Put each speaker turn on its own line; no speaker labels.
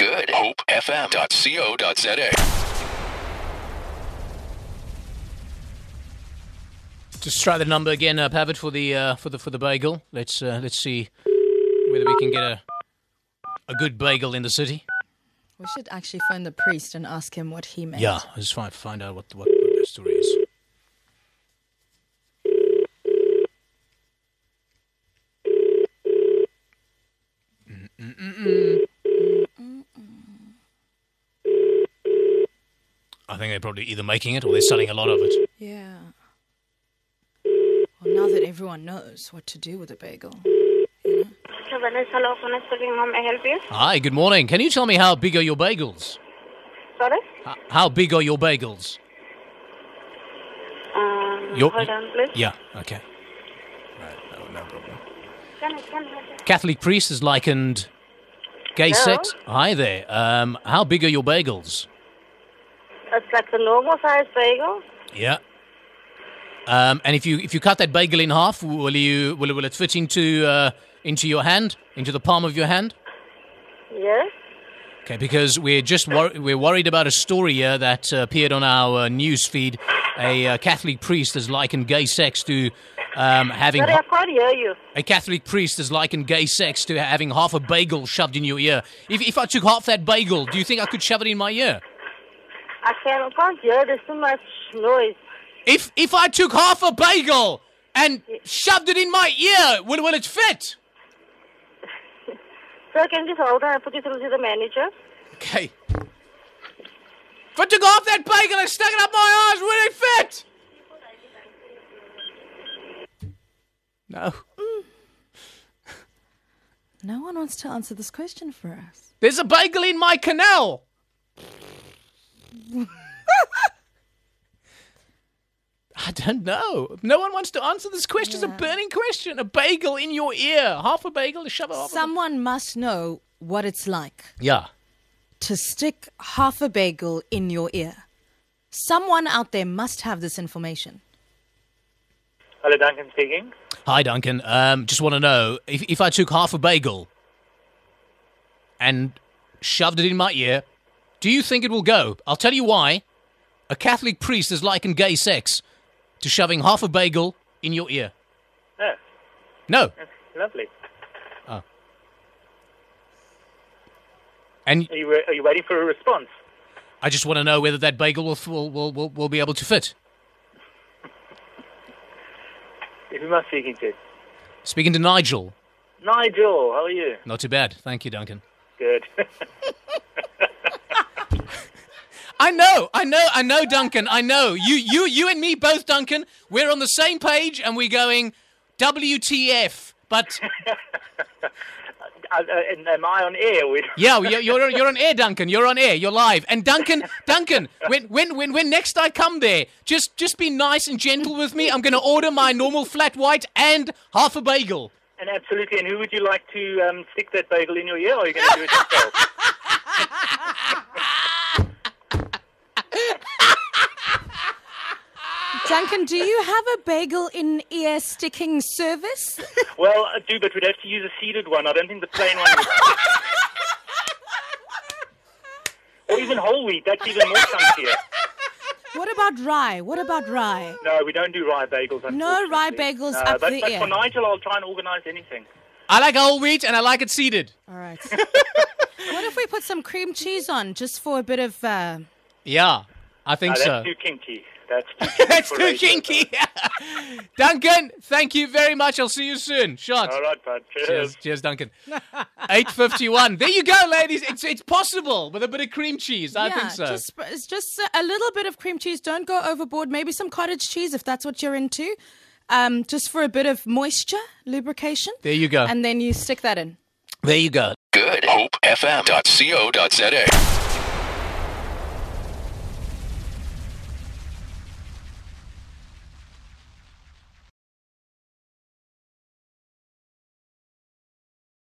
at hopefm.co.za.
Just try the number again, uh, Pavitt, for the uh, for the for the bagel. Let's uh, let's see whether we can get a a good bagel in the city.
We should actually phone the priest and ask him what he meant.
Yeah, I just find find out what what, what the story is. Mm, I think they're probably either making it or they're selling a lot of it.
Yeah. Well, now that everyone knows what to do with a bagel.
Hello, hello, Funes speaking. How may I help you?
Hi, good morning. Can you tell me how big are your bagels?
Sorry?
H- How big are your bagels?
Um,
Your-
hold on, please.
Yeah, okay. Right, no, no problem.
Can I, can I,
Catholic priest is likened gay
Hello?
sex. Hi there. Um, how big are your bagels?
it's like the normal size bagel.
Yeah. Um, and if you if you cut that bagel in half, will you will it, will it fit into uh, into your hand, into the palm of your hand?
Yes.
Okay, because we're just wor- we're worried about a story here that uh, appeared on our uh, news feed. A uh, Catholic priest has likened gay sex to um, having
Sorry,
ho-
I can't hear you.
a Catholic priest has likened gay sex to having half a bagel shoved in your ear. If if I took half that bagel, do you think I could shove it in my ear?
I can, I can't hear. There's too much noise.
If if I took half a bagel and shoved it in my ear, will will it fit?
Sir, can you just hold on? I'll put you through to the manager.
Okay. If I took off that bagel and stuck it up my eyes, would it fit? No.
No one wants to answer this question for us.
There's a bagel in my canal. I don't know. No one wants to answer this question.
Yeah.
It's a burning question. A bagel in your ear. Half a bagel, a shove it off.
Someone must know what it's like
yeah.
to stick half a bagel in your ear. Someone out there must have this information.
Hello, Duncan speaking.
Hi, Duncan. Um, just want to know if, if I took half a bagel and shoved it in my ear, do you think it will go? I'll tell you why. A Catholic priest is likened gay sex to shoving half a bagel in your ear.
Yeah,
No.
that's lovely.
And
Are you, are you waiting for a response?
I just want to know whether that bagel will, will, will, will, will be able to fit.
Who am I speaking to?
Speaking to Nigel.
Nigel, how are you? Uh,
Not too bad. Thank you, Duncan.
Good.
I know, I know, I know, Duncan. I know you, you, you, and me both, Duncan. We're on the same page, and we're going, WTF? But
Uh, uh, and am I on air? with
yeah, you're, you're you're on air, Duncan. You're on air. You're live. And Duncan, Duncan, when when when when next I come there, just just be nice and gentle with me. I'm going to order my normal flat white and half a bagel.
And absolutely. And who would you like to um, stick that bagel in your ear? Or are you going to do it yourself?
Duncan, do you have a bagel in ear sticking service?
well, I do, but we'd have to use a seeded one. I don't think the plain one would. or even whole wheat. That's even more funkier.
What about rye? What about rye?
No, we don't do rye bagels.
No
unfortunately.
rye bagels
No,
up
but,
the
but
ear.
for Nigel, I'll try and organise anything.
I like whole wheat, and I like it seeded.
All right. what if we put some cream cheese on just for a bit of. Uh,
Yeah, I
No,
think
Ah, that's
so.
too kinky. That's too kinky.
That's
for
too
radio,
kinky. Duncan, thank you very much. I'll see you soon. Shot.
though. All right, bud.
Cheers, cheers, Duncan. Eight fifty-one. There you go, ladies. It's it's possible with a bit of cream cheese. I
yeah,
think so.
just it's just a little bit of cream cheese. Don't go overboard. Maybe some cottage cheese if that's what you're into, um, just for a bit of moisture, lubrication,
There you go.
and then you stick that in.
there you go.
Good. hopefm.co.za.